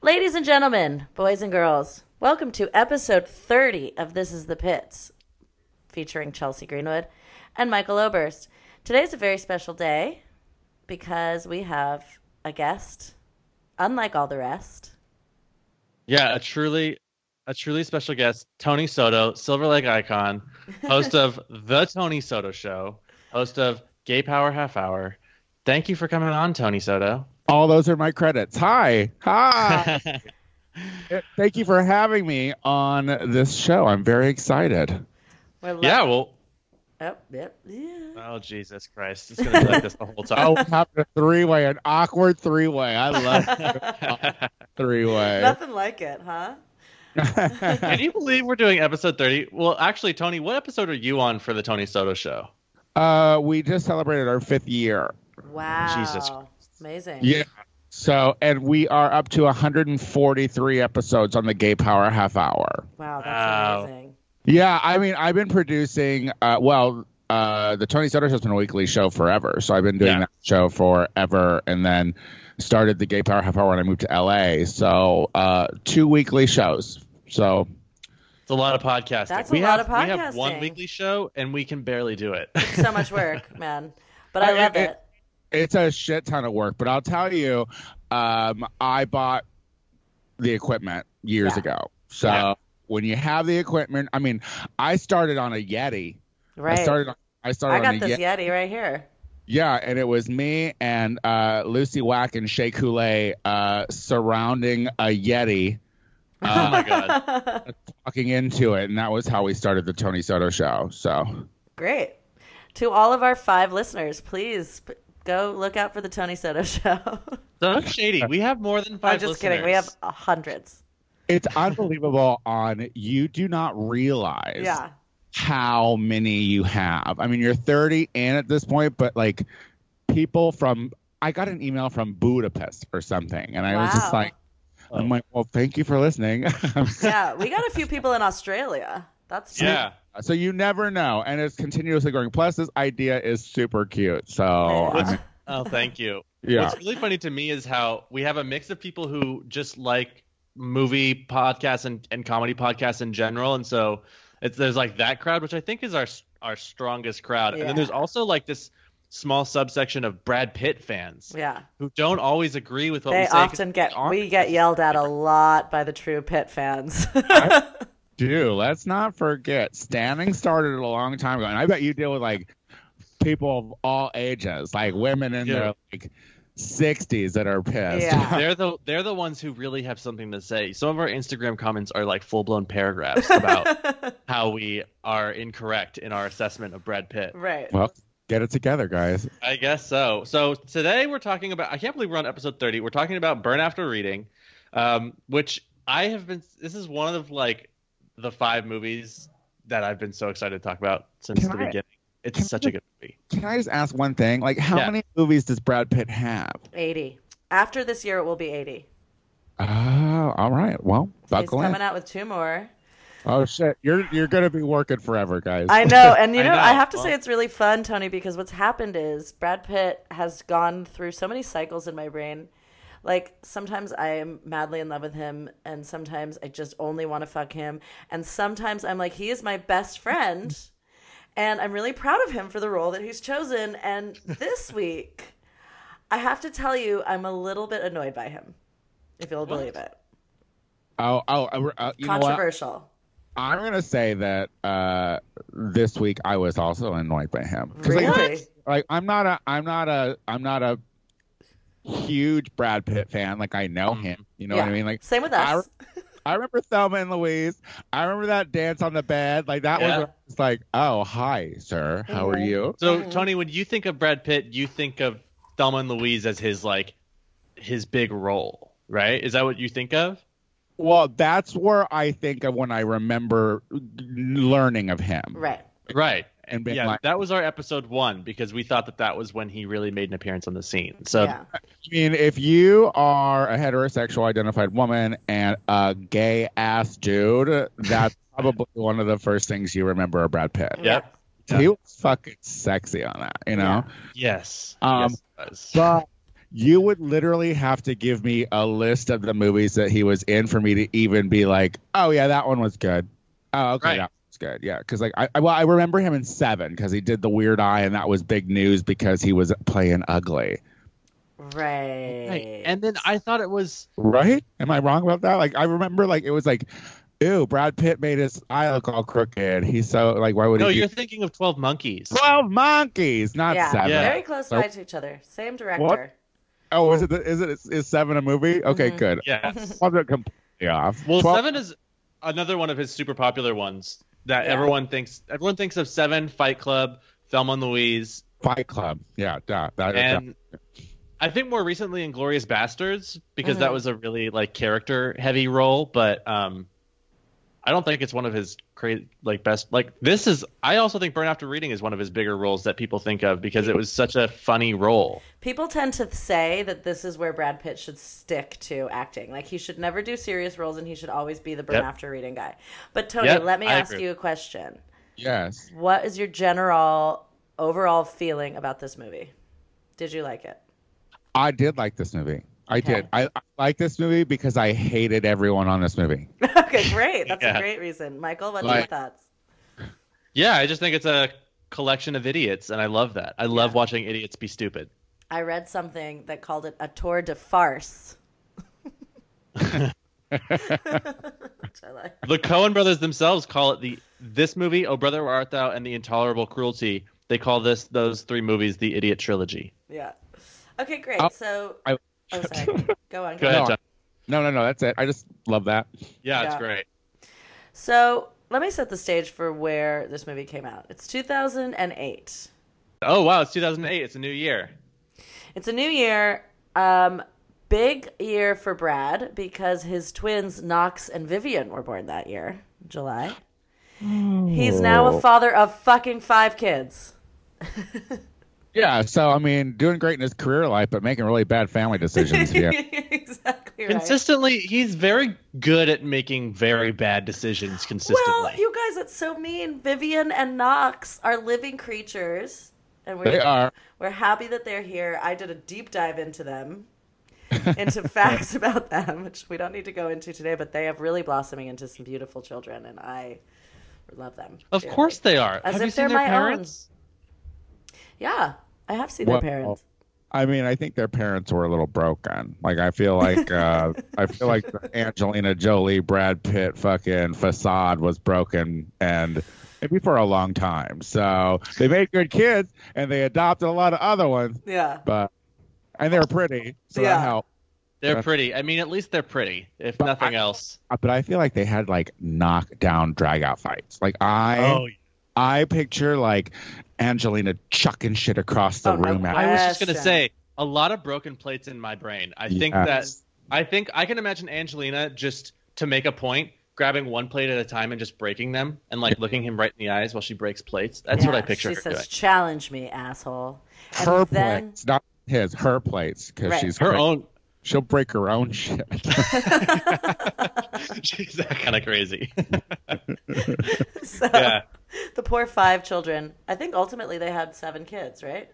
Ladies and gentlemen, boys and girls, welcome to episode 30 of This is the Pits, featuring Chelsea Greenwood and Michael Oberst. Today's a very special day because we have a guest, unlike all the rest. Yeah, a truly, a truly special guest, Tony Soto, Silver Lake icon, host of the Tony Soto Show, host of Gay Power Half Hour. Thank you for coming on, Tony Soto. All those are my credits. Hi. Hi. Thank you for having me on this show. I'm very excited. We're lucky- yeah, well, Oh, yep, yeah. oh Jesus Christ, it's gonna be like this the whole time. Oh, we have a three way, an awkward three way. I love three way. Nothing like it, huh? Can you believe we're doing episode thirty? Well, actually, Tony, what episode are you on for the Tony Soto Show? uh, we just celebrated our fifth year. Wow. Jesus Amazing. Yeah. So, and we are up to 143 episodes on the Gay Power Half Hour. Wow, that's Wow. amazing. Yeah, I mean, I've been producing. Uh, well, uh, the Tony Soto has been a weekly show forever, so I've been doing Yeah. that show forever, and then started the Gay Power Half Hour when I moved to LA. So uh, two weekly shows. So It's a lot of podcasting. That's a we lot of have we have one podcasting. weekly show, and we can barely do it. So much work, man. But I I- love I- it. it's a shit ton of work, but I'll tell you, um, I bought the equipment years Yeah. ago. So Yeah. when you have the equipment, I mean, I started on a Yeti. Right. I started. on- I started I on got a Yeti. this Yeti right here. Yeah, and it was me and uh, Lucy Wack and Shea Coulee uh, surrounding a Yeti, oh my god. walking into it, and that was how we started the Tony Soto show. So, Great. To all of our five listeners, please p- go look out for the Tony Soto show. So shady. We have more than five. I'm just kidding. We have listeners. uh, hundreds. it's unbelievable. on you do not realize Yeah. how many you have. I mean, you're 30 and at this point, but like people from I got an email from Budapest or something, and I was just Wow. like, I'm like, well, thank you for listening. Yeah. We got a few people in Australia. That's fun. Yeah. So you never know, and it's continuously growing. Plus, this idea is super cute. So I mean, Oh, thank you. yeah, What's really funny to me is how we have a mix of people who just like movie podcasts and, and comedy podcasts in general, and so it's there's like that crowd, which I think is our our strongest crowd, and Yeah. then there's also like this small subsection of Brad Pitt fans Yeah. who don't always agree with what we They say. 'cause often get aren't- we get yelled at a lot by the true pit fans. do let's not forget, standing started a long time ago, and I bet you deal with like people of all ages, like women in Yeah. their like sixties that are pissed. Yeah. They're the they're the ones who really have something to say. Some of our Instagram comments are like full blown paragraphs about how we are incorrect in our assessment of Brad Pitt. right. well, get it together, guys. I guess so. So today we're talking about. I can't believe we're on episode thirty. We're talking about burn after reading, um, which I have been. This is one of like the five movies that I've been so excited to talk about since Can the I- beginning. It's can I such a good movie. Can I just ask one thing? Like, how Yeah. many movies does Brad Pitt have? Eighty. After this year, it will be eighty. Oh, all right. Well, He's buckle in. coming out with two more. Oh shit, you're you're gonna be working forever, guys. I know, and you I know, I, know. have to say Well- it's really fun, Tony, because what's happened is Brad Pitt has gone through so many cycles in my brain. Like sometimes I am madly in love with him, and sometimes I just only want to fuck him, and sometimes I'm like, he is my best friend, and I'm really proud of him for the role that he's chosen. And this week, I have to tell you, I'm a little bit annoyed by him, if you'll believe it. Oh, oh, uh, uh, you know what? Controversial, I'm gonna say that uh, this week I was also annoyed by him. 'Cause, really. Like, like, I'm not a, I'm not a, I'm not a huge Brad Pitt fan. Like I know him. You know what I Mm-hmm. Yeah. mean? Like Same with us. I remember Thelma and Louise. I remember that dance on the bed. Like that Yeah. was it's like, oh hi sir, how are Mhm. you? So Mhm. Tony, when you think of Brad Pitt, you think of Thelma and Louise as his like his big role, right? Is that what you think of? Well, that's where I think of when I remember learning of him. right. Right. And being Yeah, like, that was our episode one because we thought that that was when he really made an appearance on the scene. So yeah. I mean, if you are a heterosexual identified woman and a gay ass dude, that's probably one of the first things you remember of Brad Pitt. Yep. He was fucking sexy on that, you know? yes, Um, yes, it was. But You would literally have to give me a list of the movies that he was in for me to even be like, oh yeah, that one was good. Oh okay, Right. that was good. Yeah, because like I I- well I remember him in Seven because he did the weird eye and that was big news because he was playing ugly. Right. Right. And then I thought it was Right? Am I wrong about that? Like I remember like it was like, ew, Brad Pitt made his eye look all crooked. He's so like why would no. he? do You're thinking of Twelve Monkeys. Twelve monkeys, not yeah, seven. Yeah. very close by to each other. Same director. What? Oh, is it? The, is it? Is, is seven a movie? Okay, Mhm. good. Yes. Twelve are completely off. Well, Twelve- Seven is another one of his super popular ones that Yeah. everyone thinks. Everyone thinks of Seven, Fight Club, Thelma and Louise, Fight Club. Yeah, duh, that, that- and I think more recently in Glorious Bastards because Mhm. that was a really like character heavy role, but um, I don't think it's one of his cra- like best. Like this is, I also think Burn After Reading is one of his bigger roles that people think of because it was such a funny role. People tend to say that this is where Brad Pitt should stick to acting. Like he should never do serious roles and he should always be the burn Yep. after reading guy. But Tony, Yep, let me I ask agree. you a question. yes, What is your general overall feeling about this movie? Did you like it? I did like this movie. I Okay. did. I, I like this movie because I hated everyone on this movie. okay, great. That's a Yeah. great reason. Michael, what's your Like- thoughts? Yeah, I just think it's a collection of idiots, and I love that. I love watching idiots be stupid. I read something that called it a tour de farce. Which I like. The Cohen brothers themselves call it the this movie, Oh Brother Where Art Thou, and The Intolerable Cruelty. They call this those three movies the Idiot Trilogy. Yeah. Okay, great. Oh, so, I- oh, sorry. Go on. Go Go on. ahead, No, John. No, no, no. That's it. I just love that. Yeah, Yeah. it's great. So, let me set the stage for where this movie came out. It's 2008. Oh wow, it's 2008. It's a new year. It's a new year. Um, big year for Brad because his twins Knox and Vivian were born that year, July. He's now a father of fucking five kids. Yeah. So I mean, doing great in his career life, but making really bad family decisions. Yeah. exactly right. Consistently, he's very good at making very bad decisions consistently. Well, you guys, it's so mean. Vivian and Knox are living creatures, and we're They are. we're happy that they're here. I did a deep dive into them, into facts about them, which we don't need to go into today. But they have really blossoming into some beautiful children, and I love them. of dearly. course they are. As if Have you seen they're their my parents? yeah, I have seen Well, their parents. oh. I mean, I think their parents were a little broken. Like, I feel like, uh, I feel like the Angelina Jolie, Brad Pitt, fucking facade was broken, and maybe for a long time. So they made good kids, and they adopted a lot of other ones, Yeah, but and they're pretty, so Yeah. that helped. They're Yeah. pretty. I mean, at least they're pretty, if But nothing I- else. Uh, But I feel like they had like knockdown, dragout fights. Like I, oh, I picture like Angelina chucking shit across the Oh, no room. way. I was just gonna Question. say a lot of broken plates in my brain. I think that Yes. I think I can imagine Angelina just to make a point, grabbing one plate at a time and just breaking them, and like looking him right in the eyes while she breaks plates. That's what Yeah, I picture She her says, doing. "Challenge me, asshole." And her then- plates, not his. Her plates, because Right. she's Her great. own. She'll break her own shit. She's that kind of crazy. So yeah. the poor five children. I think ultimately they had seven kids, right?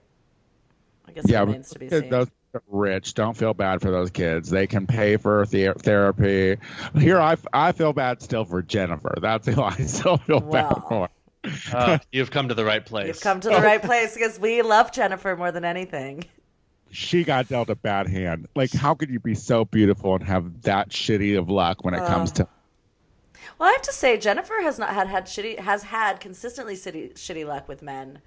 I guess it yeah, remains to be seen. those are rich. Don't feel bad for those kids. They can pay for the- therapy. Here, I, I feel bad still for Jennifer. That's who I still feel Well, bad for. Uh, you've come to the right place. You've come to the right place because we love Jennifer more than anything. She got dealt a bad hand. Like, how could you be so beautiful and have that shitty of luck Uh. when it comes to? Well, I have to say, Jennifer has not had had shitty has had consistently shitty shitty luck with men,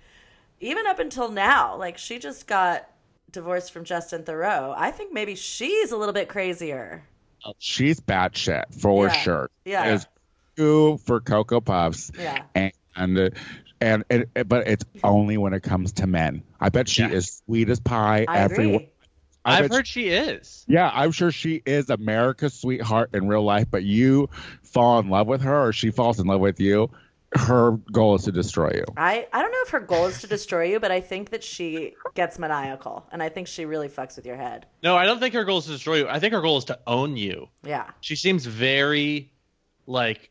even up until now. Like she just got divorced from Justin Thoreau. I think maybe she's a little bit crazier. She's bad shit for Yeah. sure. Yeah. There's two for Cocoa Puffs. Yeah. and and, and it, but it's only when it comes to men. I bet she Yeah. is sweet as pie. I everywhere. agree. I I've bet heard she is. Yeah, I'm sure she is America's sweetheart in real life, but you fall in love with her or she falls in love with you, her goal is to destroy you. I, I don't know if her goal is to destroy you, but I think that she gets maniacal and I think she really fucks with your head. No, I don't think her goal is to destroy you. I think her goal is to own you. Yeah. She seems very like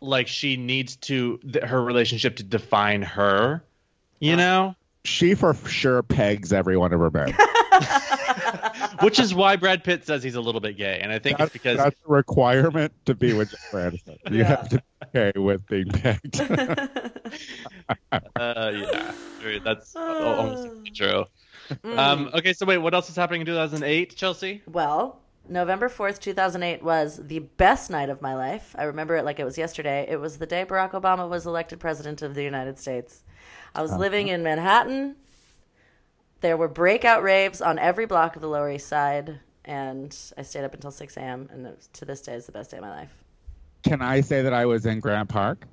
like she needs to th- her relationship to define her. You know? She for sure pegs every one of her men. which is why Brad Pitt says he's a little bit gay, and I think That's, it's because that's a requirement to be with Jennifer Aniston. You Yeah. have to be okay with being pegged. uh, yeah, Dude, that's almost true. Um, okay, so wait, what else is happening in 2008, Chelsea? Well, November 4th, 2008 was the best night of my life. I remember it like it was yesterday. It was the day Barack Obama was elected president of the United States. I was living in Manhattan. There were breakout raves on every block of the Lower East Side, and I stayed up until 6 a.m. And it was- to this day is the best day of my life. Can I say that I was in Grand Park?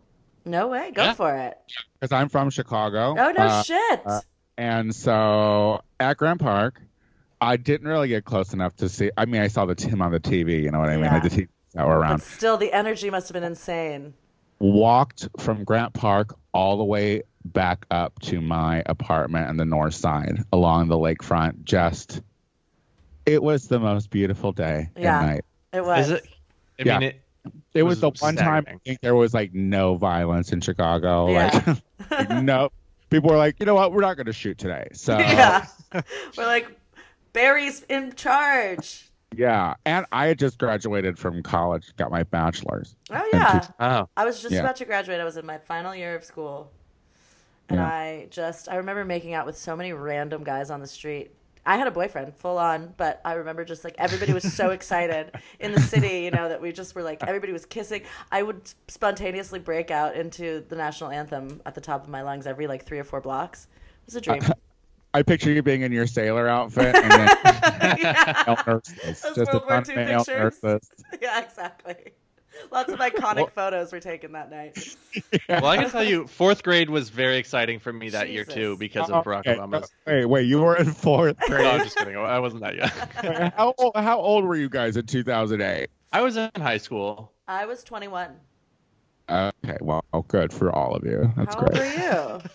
No way. Go Yeah. for it. Because I'm from Chicago. Oh, no Uh, shit. uh, And so at Grand Park, I didn't really get close enough to see. I mean, I saw the Tim on the TV. You know what I mean? Yeah. Like the TV that were but around. still, the energy must have been insane. Walked from Grant Park all the way back up to my apartment on the north side along the lakefront. Just, it was the most beautiful day Yeah. and night. It was. Is it? I Yeah. mean, it, It was, was the one time I staggering. think there was like no violence in Chicago. Yeah. Like, like, no, people were like, you know what? We're not going to shoot today. So yeah. We're like, Barry's in charge. Yeah, and I had just graduated from college, got my bachelor's. Oh, yeah. oh, I was just Yeah. about to graduate. I was in my final year of school. And Yeah. I just, I remember making out with so many random guys on the street. I had a boyfriend, full on, but I remember just like everybody was so excited in the city, you know, that we just were like, everybody was kissing. I would spontaneously break out into the national anthem at the top of my lungs every like three or four blocks. It was a dream. I picture you being in your sailor outfit and then yeah. male nurses, Those just a World War ton of II male pictures. nurses. Yeah, exactly. Lots of iconic photos were taken that night. well, I can tell you, fourth grade was very exciting for me that year Jesus. too because Oh, of Barack okay. Obama's. Wait, wait, you were in fourth No, I'm grade. just kidding. I wasn't that young. Wait, how old, how old were you guys in 2008? I was in high school. I was 21. Okay, well, oh, good for all of you. That's How great. old were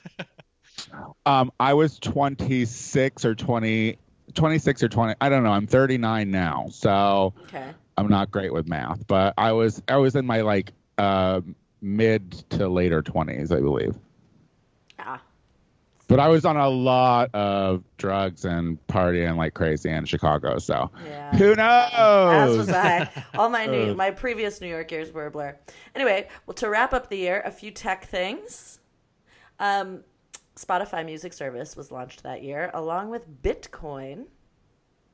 you? Um, I was 26 or 20, 26 or 20. I don't know. I'm 39 now, so. Okay. I'm not great with math, but I was I was in my like uh, mid to later twenties, I believe. Ah. But I was on a lot of drugs and partying like crazy in Chicago, so Yeah. who As was knows? I. All my new, Oh. my previous New York years were a blur. Anyway, well, to wrap up the year, a few tech things. Um, Spotify Music Service was launched that year, along with Bitcoin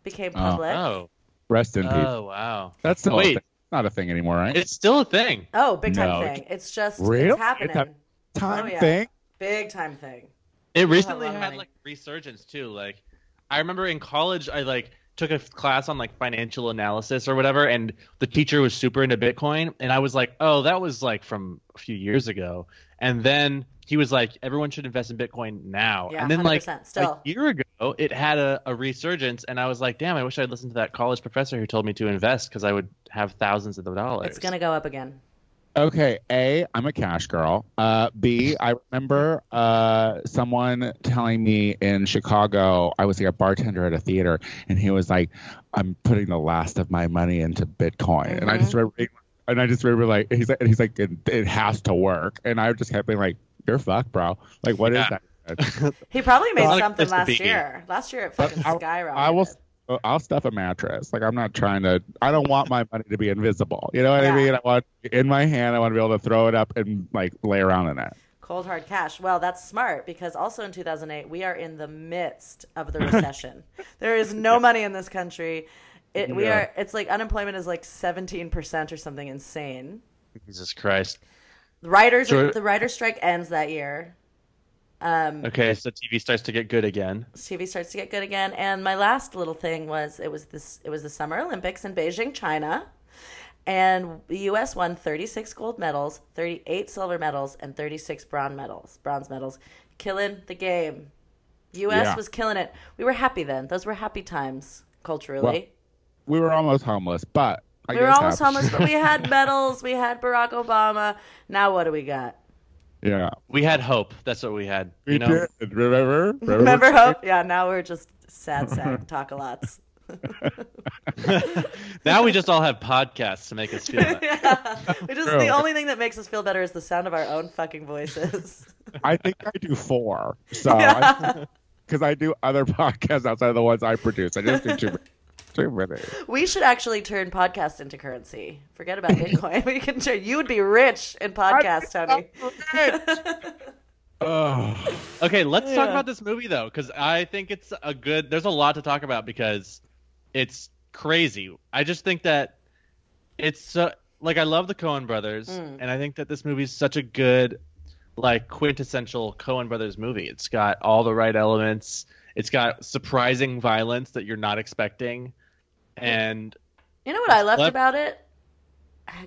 became Oh. public. Oh, Oh, Rest in peace. oh wow. That's still a Wait. thing. not a thing anymore, right? It's still a thing. Oh, big time No. thing. It's just Really? it's happening. It's a- Time oh, yeah. thing. Big time thing. It have recently a lot of had money. like resurgence too. Like I remember in college I like took a class on like financial analysis or whatever and the teacher was super into Bitcoin and I was like, "Oh, that was like from a few years ago." And then he was like, "Everyone should invest in Bitcoin now." Yeah, Oh, and then like 100% still. a year ago, it had a, a resurgence and I was like, "Damn, I wish I'd listened to that college professor who told me to invest cuz I would have thousands of dollars." It's gonna go up again. Okay, A, I'm a cash girl. Uh, B, I remember uh, someone telling me in Chicago, I was like a bartender at a theater, and he was like, I'm putting the last of my money into Bitcoin. And I just Mm-hmm. remember, and I just remember like, he's like, and he's like it, it has to work. And I just kept being like, you're fucked, bro. Like, what is Yeah. that? He probably made Well, like, something it's the last biggie. year. Last year it fucking I- skyrocketed. I will, uh, I'll stuff a mattress. Like, I'm not trying to, I don't want my money to be invisible. You know what Yeah. I mean? I want in my hand, I want to be able to throw it up and like lay around in it. Cold hard cash. Well, that's smart because also in 2008, we are in the midst of the recession. there is no money in this country. It, we Yeah. are. It's like unemployment is like 17% or something insane. Jesus Christ. The writers, So- the writer strike ends that year. Um, Okay, so TV starts to get good again. TV starts to get good again. And my last little thing was it was this it was the Summer Olympics in Beijing, China. And the US won 36 gold medals, 38 silver medals, and 36 bronze medals. Bronze medals, killing the game. US Yeah. was killing it. We were happy then. Those were happy times culturally. Well, we were almost homeless, but I we were guess almost that- homeless, but we had medals. We had Barack Obama. Now what do we got? Yeah, We had hope. That's what we had. we you know? did. Remember? Remember hope? Yeah, now we're just sad sad talk a lots. now we just all have podcasts to make us feel that. yeah. We just the True. only thing that makes us feel better is the sound of our own fucking voices. I think I do four. So, because I do other podcasts outside of the ones I produce, I just do two. too many. We should actually turn podcasts into currency. Forget about Bitcoin. we can turn. You would be rich in podcasts, Tony. Oh, Okay, let's talk Yeah. about this movie though, because I think it's a good. There's a lot to talk about because it's crazy. I just think that it's so like I love the Coen Brothers, Mm. and I think that this movie's such a good, like quintessential Coen Brothers movie. It's got all the right elements. It's got surprising violence that you're not expecting, and You know what I loved What? about it?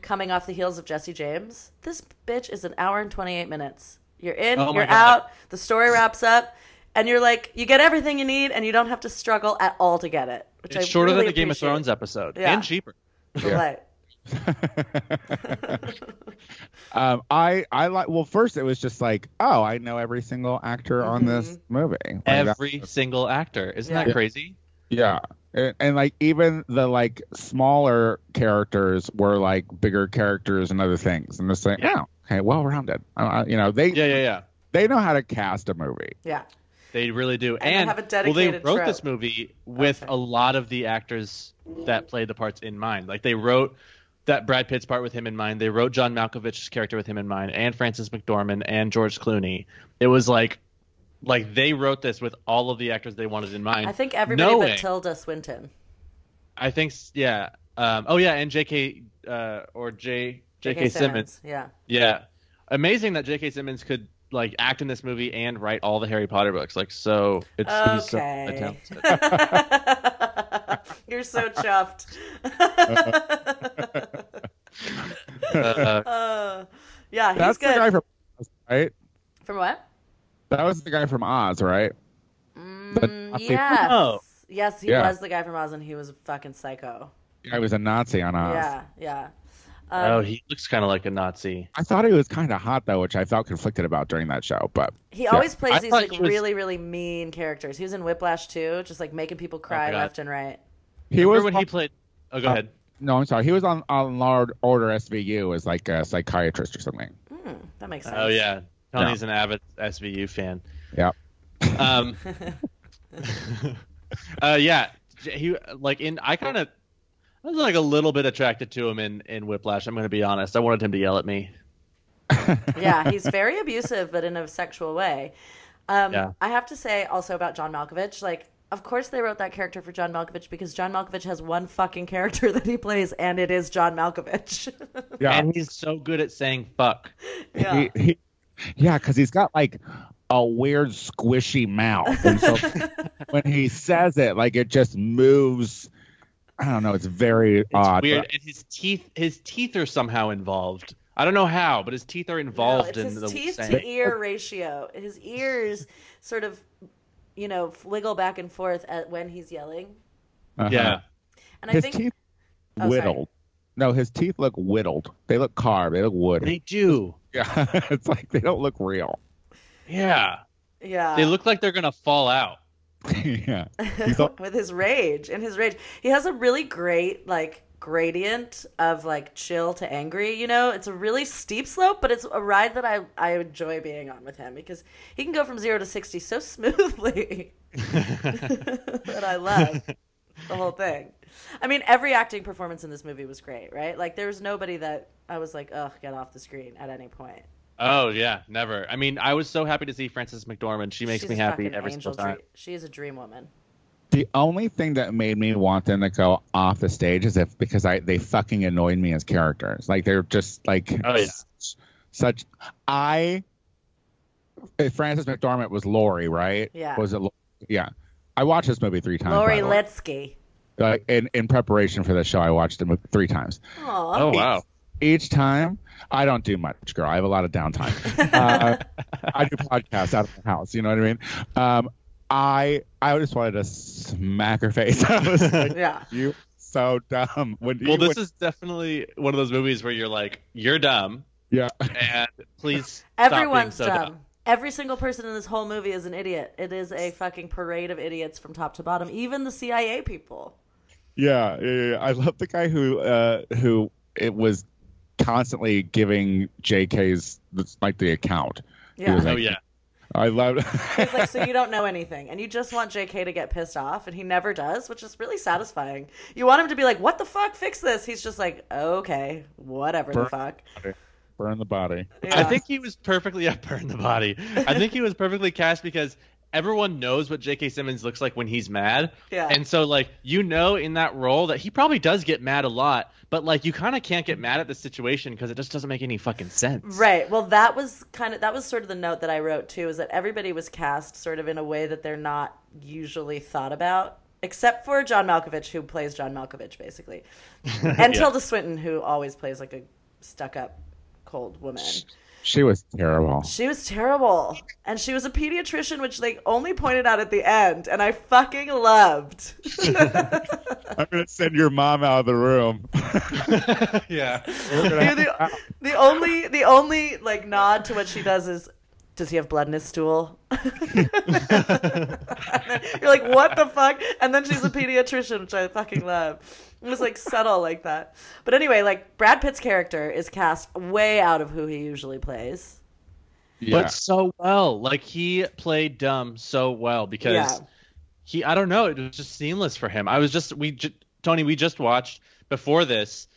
Coming off the heels of Jesse James, this bitch is an hour and 28 minutes. You're in, Oh my you're God. out, the story wraps up, and you're like, you get everything you need, and you don't have to struggle at all to get it. Which it's I shorter really than the Game of Thrones appreciate. episode Yeah. and cheaper. Yeah. Right. um, I I like. Well, first it was just like, oh, I know every single actor on this Mm-hmm. movie. Like, that- Every single actor, isn't Yeah. that crazy? yeah, and, and like even the like smaller characters were like bigger characters and other things, and just like, yeah, okay, well rounded. Uh, you know, they Yeah, yeah, yeah. they know how to cast a movie. Yeah. They really do. And they And, have a well, they dedicated wrote trope. this movie with right. a lot of the actors that played the parts in mind. Like they wrote that Brad Pitt's part with him in mind. They wrote John Malkovich's character with him in mind, and Francis McDormand and George Clooney. It was like, like they wrote this with all of the actors they wanted in mind. I think everybody knowing- but Tilda Swinton. I think s- yeah. Um, oh yeah, and J.K. Uh, or J. J.K. J.K. Simmons. Yeah. Yeah. Amazing that J.K. Simmons could like act in this movie and write all the Harry Potter books. Like so it's he's so Okay. talented. You're so chuffed. Uh, Uh, yeah, he's That's the good. guy from Oz, right. From what? That was the guy from Oz, right? Mm, I think- yes. Oh. Yes, he Yeah. was the guy from Oz, and he was a fucking psycho. I was a Nazi on Oz. Yeah, yeah. Um, oh, he looks kind of like a Nazi. I thought he was kind of hot though, which I felt conflicted about during that show. But He always plays I these thought like he was- really, really mean characters. He was in Whiplash too, just like making people cry Oh, God. left and right. he was Remember when he played? Oh, go Uh, ahead. no, I'm sorry, he was on on Law and Order SVU as like a psychiatrist or something. Mm, that makes sense. Oh yeah, Tony's an avid SVU fan. Yep. Um, uh, yeah, J- he like in. I kind of, I was like a little bit attracted to him in in Whiplash. I'm gonna be honest. I wanted him to yell at me. yeah, he's very abusive, but in a sexual way. Um, Yeah. I have to say also about John Malkovich, like, of course they wrote that character for John Malkovich because John Malkovich has one fucking character that he plays, and it is John Malkovich. Yeah, And he's so good at saying fuck. yeah. He- he- yeah, because he's got like a weird squishy mouth, and so when he says it, like it just moves. I don't know. It's very It's odd. weird. And his teeth, his teeth are somehow involved. I don't know how, but his teeth are No, involved it's in his the teeth saying. to ear ratio. His ears sort of, you know, wiggle back and forth at when he's yelling. but- Uh-huh. Yeah. And I his think teeth Oh, sorry. whittled. No, his teeth look whittled. They look carved. They look wood. They do. yeah, it's like they don't look real. Yeah. yeah, They look like they're gonna fall out. yeah. with his rage and his rage, he has a really great like gradient of like chill to angry. You know, it's a really steep slope, but it's a ride that I I enjoy being on with him because he can go from zero to sixty so smoothly. that I love the whole thing. I mean, every acting performance in this movie was great, right? Like, there was nobody that I was like, ugh, get off the screen at any point. Oh yeah, never. I mean, I was so happy to see Frances McDormand. She makes She's me a happy fucking every angel single time. dre- she is a dream woman. The only thing that made me want them to go off the stage is if because I they fucking annoyed me as characters. Like they're just like Oh, yeah. such, such- I Francis McDormand was Lori, right? Yeah. Was it Lori? yeah. I watched this movie three times. Lori by the way. Litsky. Like, in in preparation for the show, I watched it three times. Aw. Oh wow. Each time, I don't do much, girl. I have a lot of downtime. uh, I do podcasts out of the house. You know what I mean? Um, I I just wanted to smack her face. I was like, Yeah. you so dumb. When Well, you this would- is definitely one of those movies where you're like, you're dumb, yeah. and please stop being Everyone's so dumb. Every single person in this whole movie is an idiot. It is a fucking parade of idiots from top to bottom, even the CIA people. yeah, yeah, yeah, yeah. I love the guy who uh, who it was constantly giving J.K.'s like the account. He Yeah. was Oh like, yeah. I love. He's like, so you don't know anything, and you just want JK to get pissed off, and he never does, which is really satisfying. You want him to be like, "What the fuck? Fix this." He's just like, "Okay, whatever Burn- the fuck." burn the body. I Yeah. think he was perfectly yeah, burn the body. I think he was perfectly cast because everyone knows what J.K. Simmons looks like when he's mad. Yeah. And so like you know in that role that he probably does get mad a lot, but like you kind of can't get mad at the situation because it just doesn't make any fucking sense. Right. Well, that was kind of that was sort of the note that I wrote too is that everybody was cast sort of in a way that they're not usually thought about, except for John Malkovich who plays John Malkovich basically, and Tilda Swinton who always plays like a stuck-up cold woman. She was terrible. She was terrible, and she was a pediatrician, which they only pointed out at the end, and I fucking loved. I'm gonna send your mom out of the room. yeah. You're the, the only the only like nod to what she does is does he have blood in his stool? And then you're like, what the fuck? And then she's a pediatrician, which I fucking love. It was like subtle like that. But anyway, like Brad Pitt's character is cast way out of who he usually plays. yeah. But so well. Like he played dumb so well because Yeah. he I don't know, it was just seamless for him. I was just we j- Tony, we just watched before this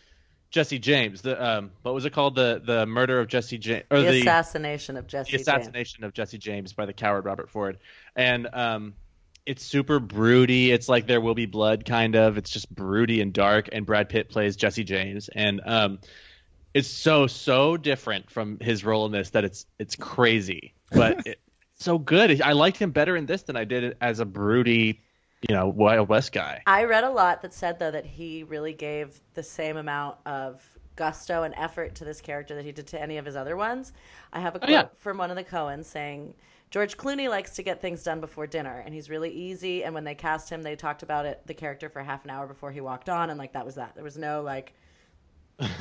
Jesse James, the um what was it called? The the murder of Jesse James or The, the assassination of Jesse the assassination of Jesse James by the coward Robert Ford. And um, it's super broody. It's like there will be blood, kind of. It's just broody and dark. And Brad Pitt plays Jesse James, and um, it's so so different from his role in this that it's it's crazy, but it, so good. I liked him better in this than I did as a broody, you know, Wild West guy. I read a lot that said though that he really gave the same amount of gusto and effort to this character that he did to any of his other ones. I have a quote yeah. from one of the Coens saying George Clooney likes to get things done before dinner and he's really easy and when they cast him they talked about it the character for half an hour before he walked on and like that was that. There was no like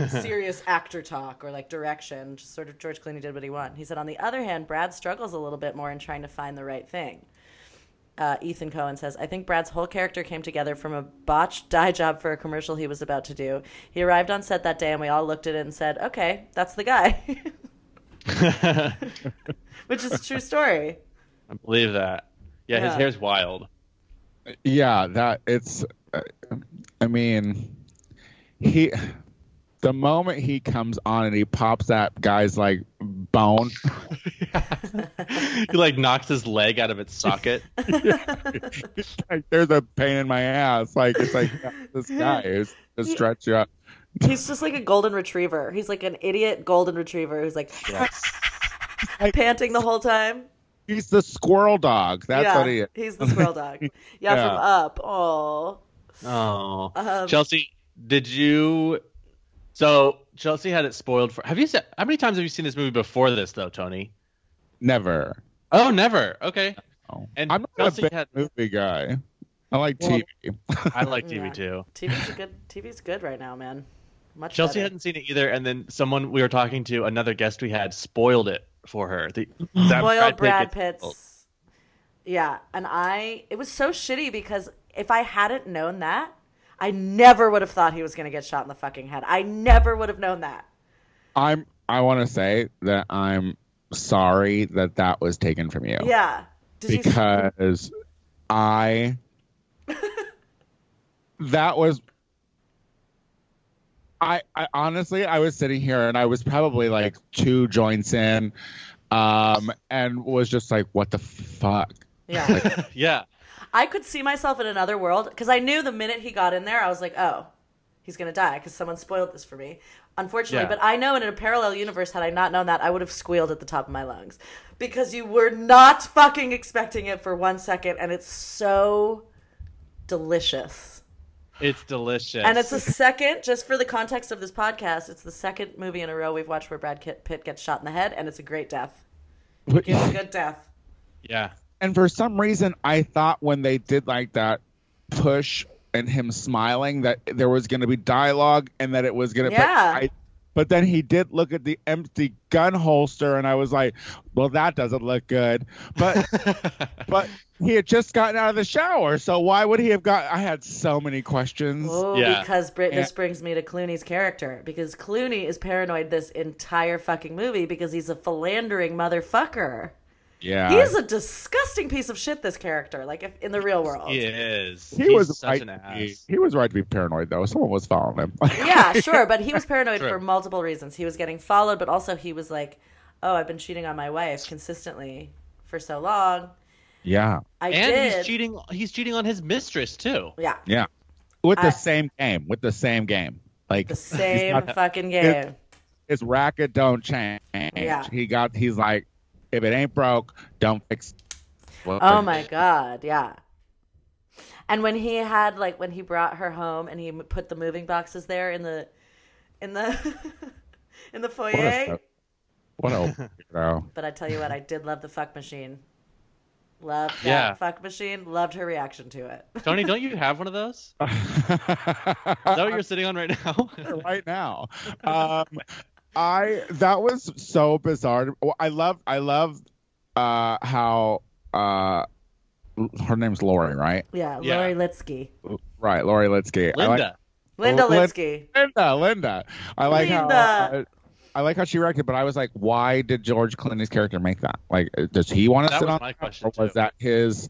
serious actor talk or like direction. Just sort of George Clooney did what he wanted. He said, on the other hand, Brad struggles a little bit more in trying to find the right thing. Uh, Ethan Cohen says, I think Brad's whole character came together from a botched dye job for a commercial he was about to do. He arrived on set that day and we all looked at it and said, okay, that's the guy, I which is a true story. believe that. Yeah, his Yeah. hair's wild. yeah that it's uh, i mean he the moment he comes on and he pops that guy's like bone he like knocks his leg out of its socket. like there's a pain in my ass like it's like this guy is just stretch you up He's just like a golden retriever. He's like an idiot golden retriever who's like panting the whole time. he's the squirrel dog that's yeah, what he is He's the squirrel dog. Yeah, Yeah. from up. Oh. Oh, Um, Chelsea, did you? So Chelsea had it spoiled for. Have you said how many times have you seen this movie before this though, Tony? never Oh, never. Okay, Oh. And i'm not Chelsea a big had- movie guy i like Well- tv I like TV Yeah. too. TV's a good TV's good right now, man. Much Chelsea better. hadn't seen it either, and then someone we were talking to, another guest we had, spoiled it for her. The, that spoiled Brad, Pitt gets Pitt's. Yeah, and I it was so shitty because if I hadn't known that, I never would have thought he was going to get shot in the fucking head. I never would have known that. i'm i want to say that i'm sorry that that was taken from you Yeah. Did you because I that was I, I honestly I was sitting here and I was probably like two joints in um and was just like what the fuck Yeah. spoiled. yeah, I could see myself in another world because I knew the minute he got in there, I was like, oh, he's going to die because someone spoiled this for me. Unfortunately, Yeah. but I know in a parallel universe, had I not known that, I would have squealed at the top of my lungs because you were not fucking expecting it for one second. And it's so delicious. it's delicious. And it's the second, just for the context of this podcast, it's the second movie in a row we've watched where Brad Kit- Pitt gets shot in the head, and it's a great death. It's a good death. yeah. and for some reason I thought when they did like that push and him smiling that there was going to be dialogue and that it was going to Yeah. but, I- but then he did look at the empty gun holster and I was like well that doesn't look good but but he had just gotten out of the shower so why would he have got I had so many questions Oh, Yeah. because Brit- this Yeah. brings me to Clooney's character because Clooney is paranoid this entire fucking movie because he's a philandering motherfucker. Yeah. He's a disgusting piece of shit. This character, like if, in the real world. He is. he He's was such right. an to ass. be- He was right to be paranoid though. Someone was following him. Yeah, sure, but he was paranoid True. for multiple reasons. He was getting followed, but also he was like, "Oh, I've been cheating on my wife consistently for so long. yeah. I and did." he's cheating. He's cheating on his mistress too. Yeah, With the I- same game. With the same game. Like the same fucking game. his racket don't change. Yeah. He got. He's like, if it ain't broke, don't fix. it." Well, Oh my god, yeah. And when he had like when he brought her home and he m- put the moving boxes there in the in the in the foyer. stuff. What a weirdo. But I tell you what, I did love the fuck machine. Loved that Yeah. fuck machine. Loved her reaction to it. Tony, don't you have one of those? Is that what you're sitting on right now? right now. Um, I that was so bizarre. to- well, I love I love uh, how uh, her name's Lori, right? Yeah, Yeah. Lori Litsky. Right, Lori Litsky. I like Linda. Linda Lin- Litsky. Linda. Linda. I like Linda. how. uh, I like how she reacted, but I was like, why did George Clooney's character make that? Like, uh, does he want to That sit was on my that, question, Or was too. that his?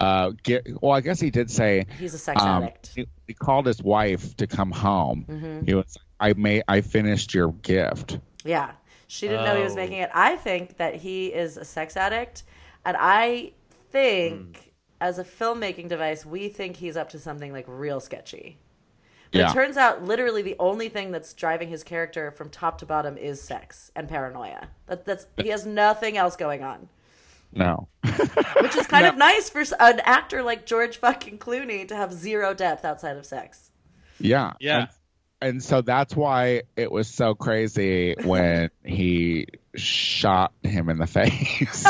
Uh, get, well, I guess he did say He's a sex Um, addict. he, he called his wife to come home. hmm He was like, I made, I finished your gift. Yeah. She didn't know he was Oh. making it. I think that he is a sex addict. And I think, as a filmmaking device, we think he's up to something like real sketchy. But Yeah. it turns out literally the only thing that's driving his character from top to bottom is sex and paranoia. That, that's He has nothing else going on, No. which is kind of nice for s- an actor like George fucking Clooney to have zero depth outside of sex. Yeah. Yeah. And, and so that's why it was so crazy when he shot him in the face.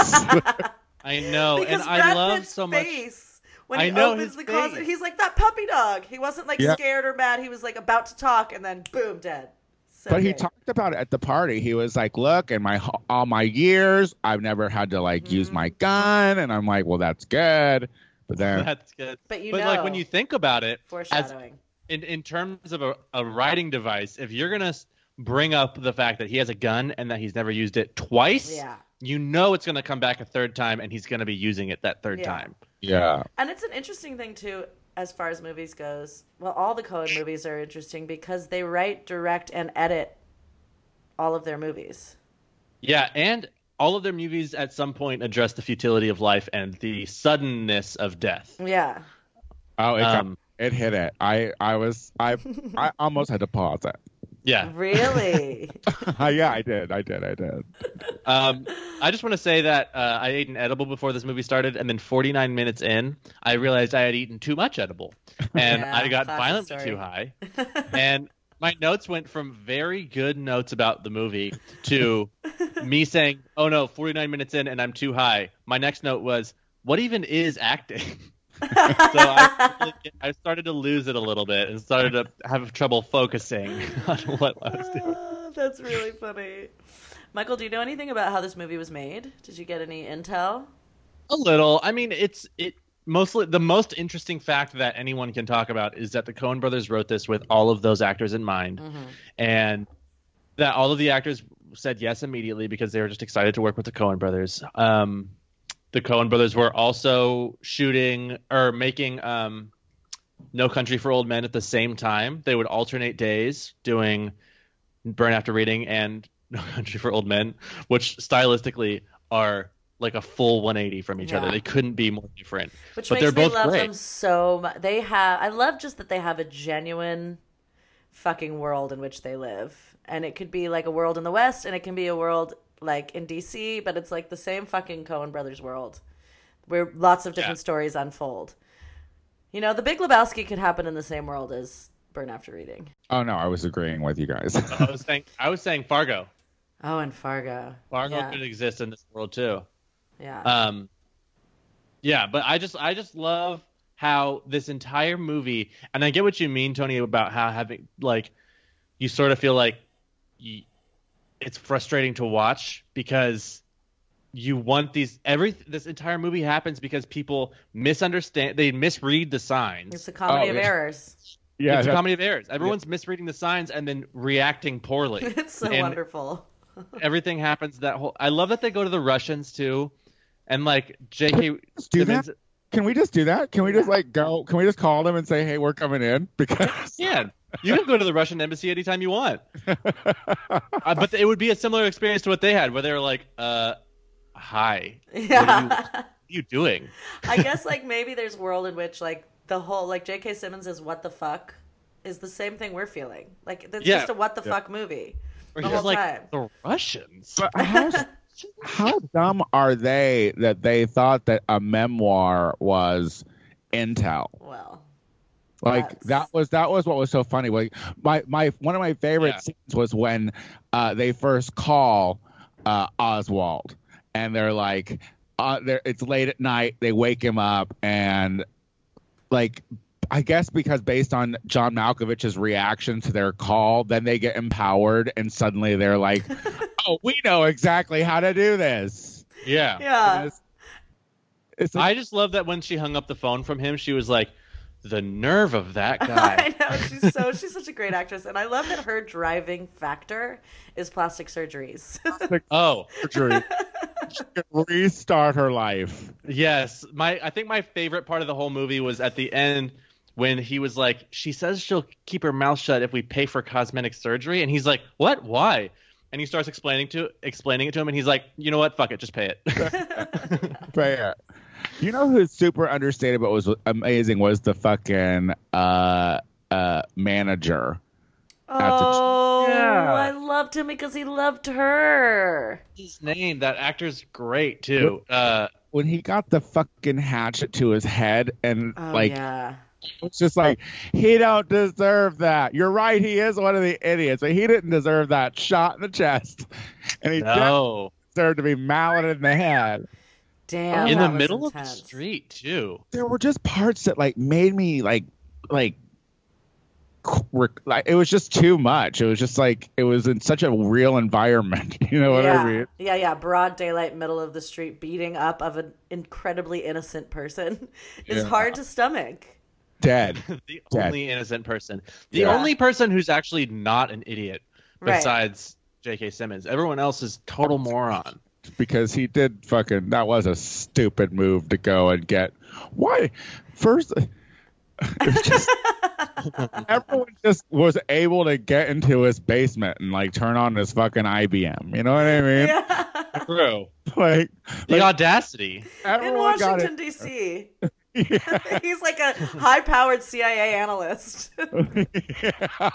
I know, because Oh, and I Brad love Pitt's so much. face when I he know opens his the closet. face. He's like that puppy dog. He wasn't like Yeah. scared or mad. He was like about to talk, and then boom, dead. So but he good. talked about it at the party. He was like, "Look, in my ho- all my years, I've never had to like use my gun." And I'm like, "Well, that's good." But then That's good. But you but like when know- you think about it, as foreshadowing. in, in terms of a, a writing device, if you're gonna s- bring up the fact that he has a gun and that he's never used it twice, Yeah, you know it's gonna come back a third time, and he's gonna be using it that third Yeah. time. yeah. and it's an interesting thing too, as far as movies goes. Well, all the Cohen movies are interesting because they write, direct, and edit all of their movies. Yeah, and all of their movies at some point address the futility of life and the suddenness of death. Yeah, Oh, it, Um, got, it hit it. I I was I I almost had to pause it. yeah. really. yeah, I did. I did. I did. Um, I just want to say that uh, I ate an edible before this movie started, and then 49 minutes in, I realized I had eaten too much edible, and Yeah, I got classic violently story. too high, and my notes went from very good notes about the movie to me saying, "Oh no, 49 minutes in, and I'm too high." My next note was, "What even is acting?" so I, really- I started to lose it a little bit and started to have trouble focusing on what I was doing. Ah, that's really funny. Michael, do you know anything about how this movie was made? Did you get any intel? A little. I mean, it's it mostly the most interesting fact that anyone can talk about is that the Coen brothers wrote this with all of those actors in mind and that all of the actors said yes immediately because they were just excited to work with the Coen brothers. Um the Coen brothers were also shooting or making um No Country for Old Men at the same time. They would alternate days doing Burn After Reading and No Country for Old Men, which stylistically are like a full 180 from each other. Yeah. They couldn't be more different. Which But makes they're me both love great. them so much. They have. I love just that they have a genuine fucking world in which they live, and it could be like a world in the West, and it can be a world like in DC, but it's like the same fucking Coen Brothers world, where lots of different Yeah. stories unfold. You know, The Big Lebowski could happen in the same world as Burn After Reading. Oh no, I was agreeing with you guys. I was saying I was saying Fargo. Oh, and Fargo. Fargo Yeah. could exist in this world too. Yeah. Um, yeah, but I just I just love how this entire movie, and I get what you mean, Tony, about how having like you sort of feel like y it's frustrating to watch because you want these every this entire movie happens because people misunderstand they misread the signs It's a comedy Oh, of yeah. errors. yeah, it's a that- comedy of errors everyone's misreading the signs and then reacting poorly It's so And- wonderful. everything happens that whole i love that they go to the russians too And like J.K. Let's do Simmons- that. Can we just do that? Can we just like go? Can we just call them and say, "Hey, we're coming in"? Because Yeah, you can go to the Russian embassy anytime you want. Uh, but it would be a similar experience to what they had, where they were like, uh, "Hi, Yeah. what are you doing?" I guess like maybe there's a world in which like the whole like J.K. Simmons is what the fuck is the same thing we're feeling. Like it's Yeah. just a what the Yeah. fuck movie. Or The he's whole like time. the Russians. but how how dumb are they that they thought that a memoir was intel? Well, Like That's- that was that was what was so funny. Like my my one of my favorite Yeah. scenes was when uh, they first call uh, Oswald, and they're like, uh, they're, it's late at night. They wake him up, and like I guess because based on John Malkovich's reaction to their call, then they get empowered, and suddenly they're like, oh, we know exactly how to do this. Yeah. yeah. It's- it's like, I just love that when she hung up the phone from him, she was like, "The nerve of that guy." I know she's so she's such a great actress, and I love that her driving factor is plastic surgeries. oh, surgery. She could restart her life. yes. My I think my favorite part of the whole movie was at the end when he was like, "She says she'll keep her mouth shut if we pay for cosmetic surgery," and he's like, "What? Why?" And he starts explaining to explaining it to him, and he's like, "You know what? Fuck it, just pay it." Fair. You know who's super understated but was amazing was the fucking uh uh manager. oh, Yeah. I loved him because he loved her. His name, that actor's great too. Uh, When he got the fucking hatchet to his head and Oh, like yeah. it's just like he don't deserve that. You're right, he is one of the idiots, but he didn't deserve that shot in the chest. And he definitely no, deserved to be malleted in the head. Damn. in that the was middle of the intense. street too. There were just parts that like made me like like qu- were- like it was just too much. It was just like it was in such a real environment. You know what yeah. I mean? Yeah, yeah. Broad daylight, middle of the street, beating up of an incredibly innocent person is Yeah. hard to stomach. Dead. the Dead. only innocent person. The Yeah. only person who's actually not an idiot Right. besides J.K. Simmons. Everyone else is total moron. because he did fucking that was a stupid move to go and get why first it was just everyone just was able to get into his basement and like turn on his fucking IBM. You know what I mean? Yeah. True. Like, The like audacity. In everyone got Washington it. D.C. He's like a high-powered CIA analyst Yeah.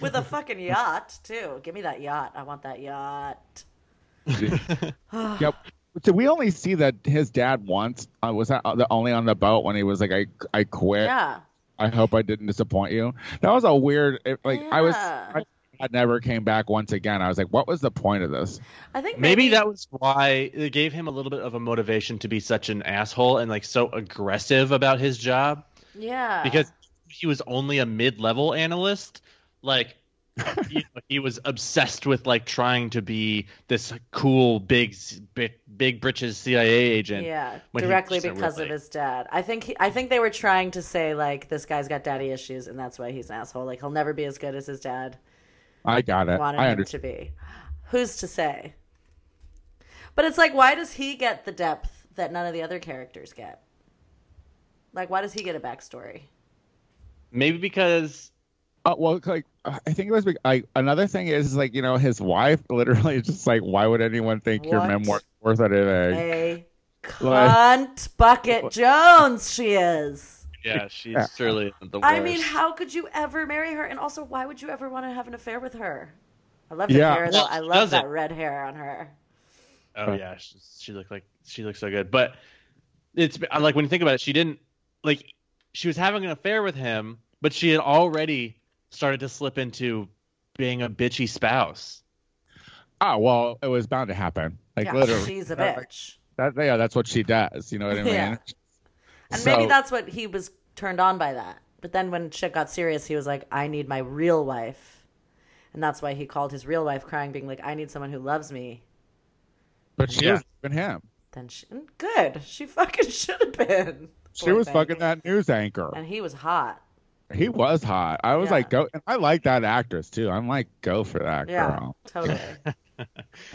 with a fucking yacht too. Give me that yacht. I want that yacht. yep. So we only see that his dad once. Uh, was that the only on the boat when he was like, "I I quit. Yeah. I hope I didn't disappoint you." That was a weird. It, like I was, Yeah. I, I never came back once again. I was like, "What was the point of this?" I think Maybe maybe, that was why it gave him a little bit of a motivation to be such an asshole and like so aggressive about his job Yeah. because he was only a mid-level analyst. Like you know, he was obsessed with like trying to be this cool big big, big britches CIA agent. yeah, when he directly just said, because of really. his dad. I think he, I think they were trying to say like this guy's got daddy issues and that's why he's an asshole. Like he'll never be as good as his dad. I got it. wanted I him understand. to be. Who's to say? But it's like, why does he get the depth that none of the other characters get? Like, why does he get a backstory? Maybe because Uh, well, like I think it was. Like, another thing is, is like you know, his wife literally is just like, "Why would anyone think your What? memoir worth anything?" A Like- cunt bucket Jones, she is. yeah, she's surely the worst. I mean, how could you ever marry her? And also, why would you ever want to have an affair with her? I love that Yeah. hair, though. Well, I she love that doesn't. red hair on her. Oh But- yeah, she, she looked like she looked so good. But it's I like when you think about it, she didn't like she was having an affair with him, but she had already started to slip into being a bitchy spouse. Oh well, it was bound to happen. Like yeah, literally, she's a That- bitch. that- yeah, that's what she does. You know what I mean? Yeah. And So- maybe that's what he was turned on by that. But then when shit got serious, he was like, I need my real wife. And that's why he called his real wife crying, being like, I need someone who loves me. But she Yeah. was fucking him. Then she, good. She fucking should have been. She Poor was thing. fucking that news anchor. And he was hot. He was hot. I was Yeah. like, go. And I like that actress too. I'm like, go for that Yeah. girl. Totally. Like,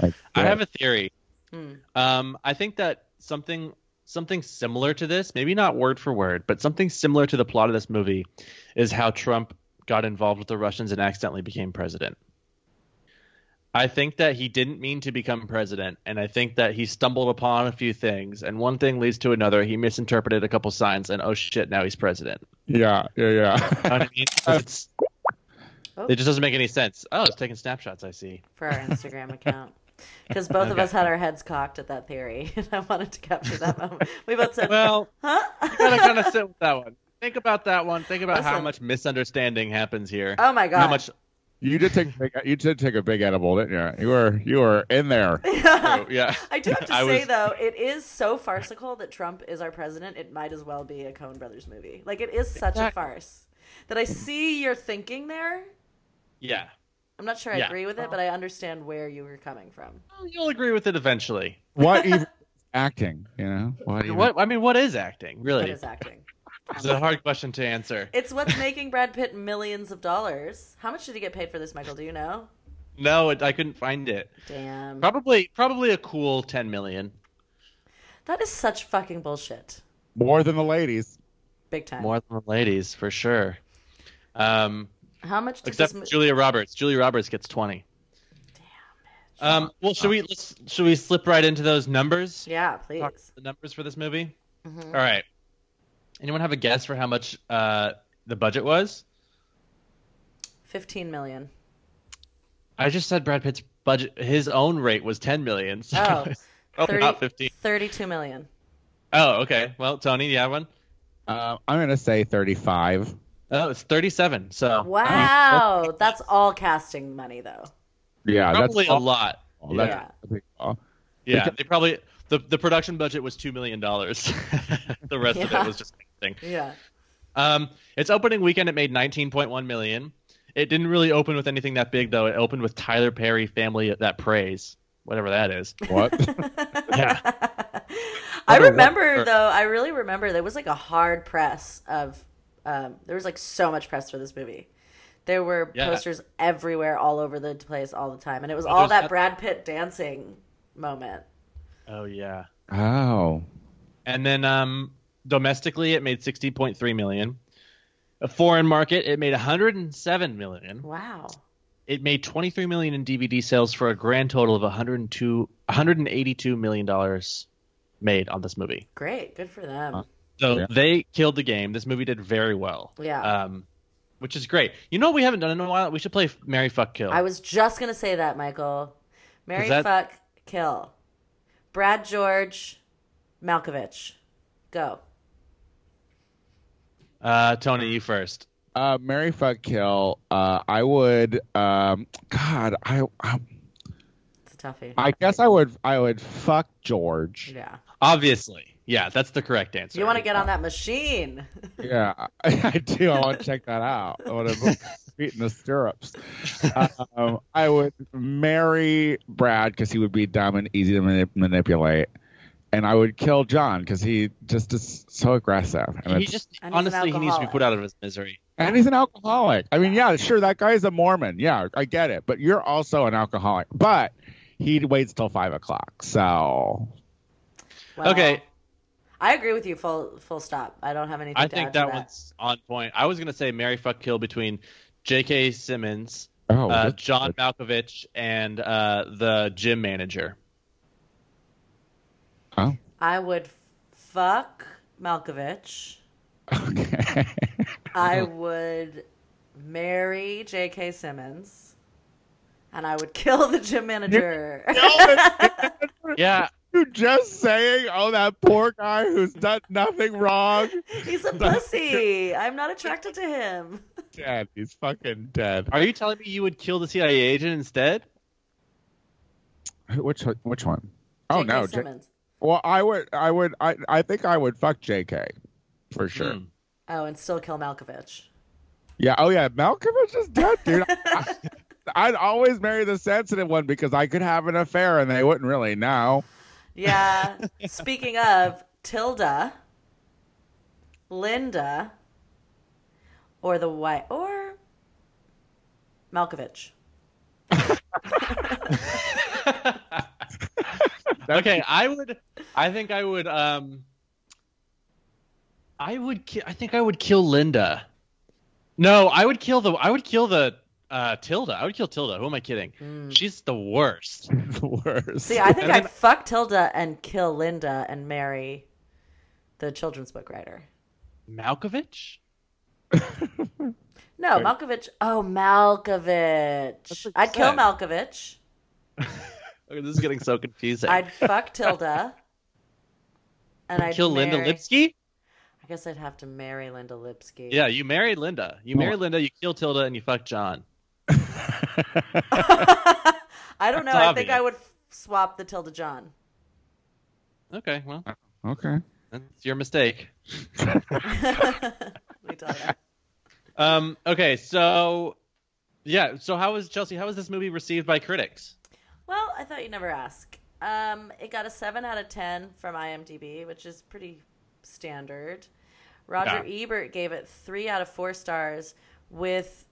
I yeah. have a theory. Hmm. Um, I think that something something similar to this, maybe not word for word, but something similar to the plot of this movie is how Trump got involved with the Russians and accidentally became president. I think that he didn't mean to become president, and I think that he stumbled upon a few things, and one thing leads to another. He misinterpreted a couple signs, and oh shit, now he's president. Yeah, You yeah, know yeah. what I mean? 'Cause it's- Oh. It just doesn't make any sense. Oh, it's taking snapshots. I see. for our Instagram account. Because both of Okay. us had our heads cocked at that theory, and I wanted to capture that moment. We both said, Well, you gotta "Huh?" kind of sit with that one. Think about that one. Think about how Listen. much misunderstanding happens here. oh my god! How much? You did take a big, you did take a big edible, didn't you? You were you were in there. Oh, yeah. I do have to I say was- though, it is so farcical that Trump is our president. It might as well be a Coen Brothers movie. Like it is such Exactly. a farce that I see your thinking there. Yeah. I'm not sure I Yeah. agree with it, but I understand where you were coming from. Well, you'll agree with it eventually. What even acting? You know what? Even, What I mean, what is acting That really? is acting. It's a hard question to answer. It's what's making Brad Pitt millions of dollars. How much did he get paid for this, Michael? Do you know? No, it, I couldn't find it. Damn. Probably, probably a cool ten million. That is such fucking bullshit. More than the ladies. Big time. More than the ladies for sure. Um, How much did except this mo- Julia Roberts. Julia Roberts gets twenty. Damn. Um, well, should we let's, should we slip right into those numbers? Yeah, Talk please. the numbers for this movie. Mhm. All right. Anyone have a guess for how much uh, the budget was? 15 million. I just said Brad Pitt's budget. His own rate was ten million. So Oh. oh 30 not fifteen. 32 million. Oh, okay. Well, Tony, do you have one? Uh, I'm gonna say 35. Oh, it's 37. So Wow. That's all casting money, though. Yeah, probably Ah, that's a all- lot. that's a big all. Yeah, they probably the, the production budget was two million dollars. the rest of Yeah. it was just thing. Yeah. Um, its opening weekend it made 19.1 million. It didn't really open with anything that big though. It opened with Tyler Perry Family That Prays, whatever that is. What? Yeah. I What a remember, wonder. though, I really remember there was like a hard press of, um, there was like so much press for this movie. There were Yeah. posters everywhere, all over the place, all the time. And it was Well, all there's that that- Brad Pitt dancing moment. Oh yeah. oh, And then um, domestically it made 60.3 million. A foreign market it made 107 million. Wow. It made 23 million in DVD sales for a grand total of 102 182 million dollars made on this movie. Great. Good for them. Huh. So Yeah. they killed the game. This movie did very well. Yeah. Um, which is great. You know what we haven't done in a while? We should play Mary Fuck Kill. I was just gonna say that, Michael. Mary that- fuck kill. Brad George Malkovich. Go. Uh, Tony, you first. uh, Mary fuck kill. Uh, I would. Um, God, I, I, It's a toughie. I guess I would. I would fuck George. yeah. Obviously, yeah, that's the correct answer. You want to get on that machine? Yeah, I, I do. I want to check that out. I want to feet in the stirrups. Um, I would marry Brad because he would be dumb and easy to manip- manipulate, and I would kill John because he just is so aggressive. And, He it's- just And he's an honestly, he needs to be alcoholic. put out of his misery. and he's an alcoholic. I mean, yeah, sure, that guy's a Mormon. Yeah, I get it. But you're also an alcoholic. But he waits till five o'clock. So Well, okay, I agree with you. Full full stop. I don't have anything. I to think add to that one's on point. I was gonna say Mary Fuck Kill between J.K. Simmons, oh, uh, that's John good. Malkovich, and uh, the gym manager. Oh, I would fuck Malkovich. okay. I would marry J.K. Simmons. And I would kill the gym manager. Yeah, you just saying, oh, that poor guy who's done nothing wrong. He's a pussy. I'm not attracted to him. dead. He's fucking dead. are you telling me you would kill the CIA agent instead? Which which one? Oh J.K. no. J- Simmons. well, I would, I would, I, I think I would fuck J.K. for sure. Hmm. Oh, and still kill Malkovich. Yeah. Oh yeah. Malkovich is dead, dude. I, I'd always marry the sensitive one because I could have an affair and they wouldn't really know. Yeah. Speaking of Tilda, Linda, or the white or Malkovich. okay, I would. I think I would. Um, I would. Ki- I think I would kill Linda. No, I would kill the. I would kill the uh, Tilda. I would kill Tilda. Who am I kidding? Mm. She's the worst. the worst. See, I think And I'd then- fuck Tilda and kill Linda and marry the children's book writer. Malkovich. No, Right. Malkovich. Oh, Malkovich. what I I'd kill said. Malkovich. Okay, this is getting so confusing. I'd fuck Tilda. And I'd kill Linda marry- Lipsky. I guess I'd have to marry Linda Lipsky. Yeah, you married Linda. You Oh. marry Linda. You kill Tilda, and you fuck John. I don't know. That's I think obvious. I would f- swap the Tilda John. Okay, well, okay. that's your mistake. we tell you. Um, okay, so yeah, so how was Chelsea? How was this movie received by critics? Well, I thought you'd never ask. Um, it got a 7 out of 10 from IMDb, which is pretty standard. Roger Ebert gave it 3 out of 4 stars with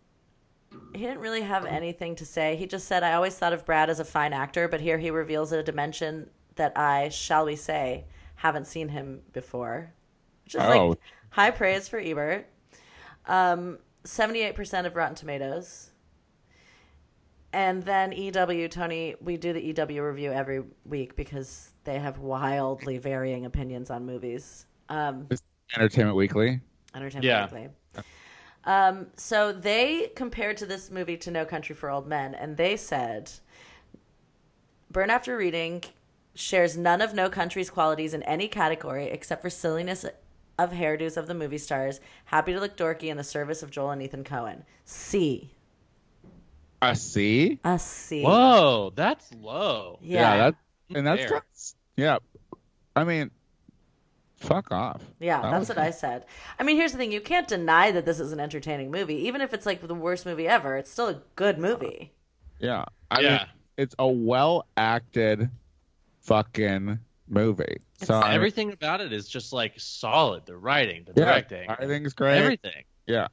he didn't really have anything to say. He just said, "I always thought of Brad as a fine actor, but here he reveals a dimension that I, shall we say, haven't seen him before." Which is like Oh. high praise for Ebert. Um, 78% of Rotten Tomatoes. And then EW, Tony, we do the EW review every week because they have wildly varying opinions on movies. Um, Entertainment Weekly. Entertainment Yeah. Weekly. Um, so they compared to this movie to No Country for Old Men, and they said Burn After Reading shares none of No Country's qualities in any category except for silliness of hairdos of the movie stars, happy to look dorky in the service of Joel and Ethan Cohen. C. A C. A C. Whoa, that's low. Yeah. that and that's Fair. that's- yeah. I mean, fuck off. Yeah, That that's was what I said. I mean, here's the thing: you can't deny that this is an entertaining movie, even if it's like the worst movie ever. It's still a good movie. Yeah. I yeah, mean, it's a well acted fucking movie. So I mean, everything about it is just like solid. The writing, the yeah, directing, everything's great. everything. yeah,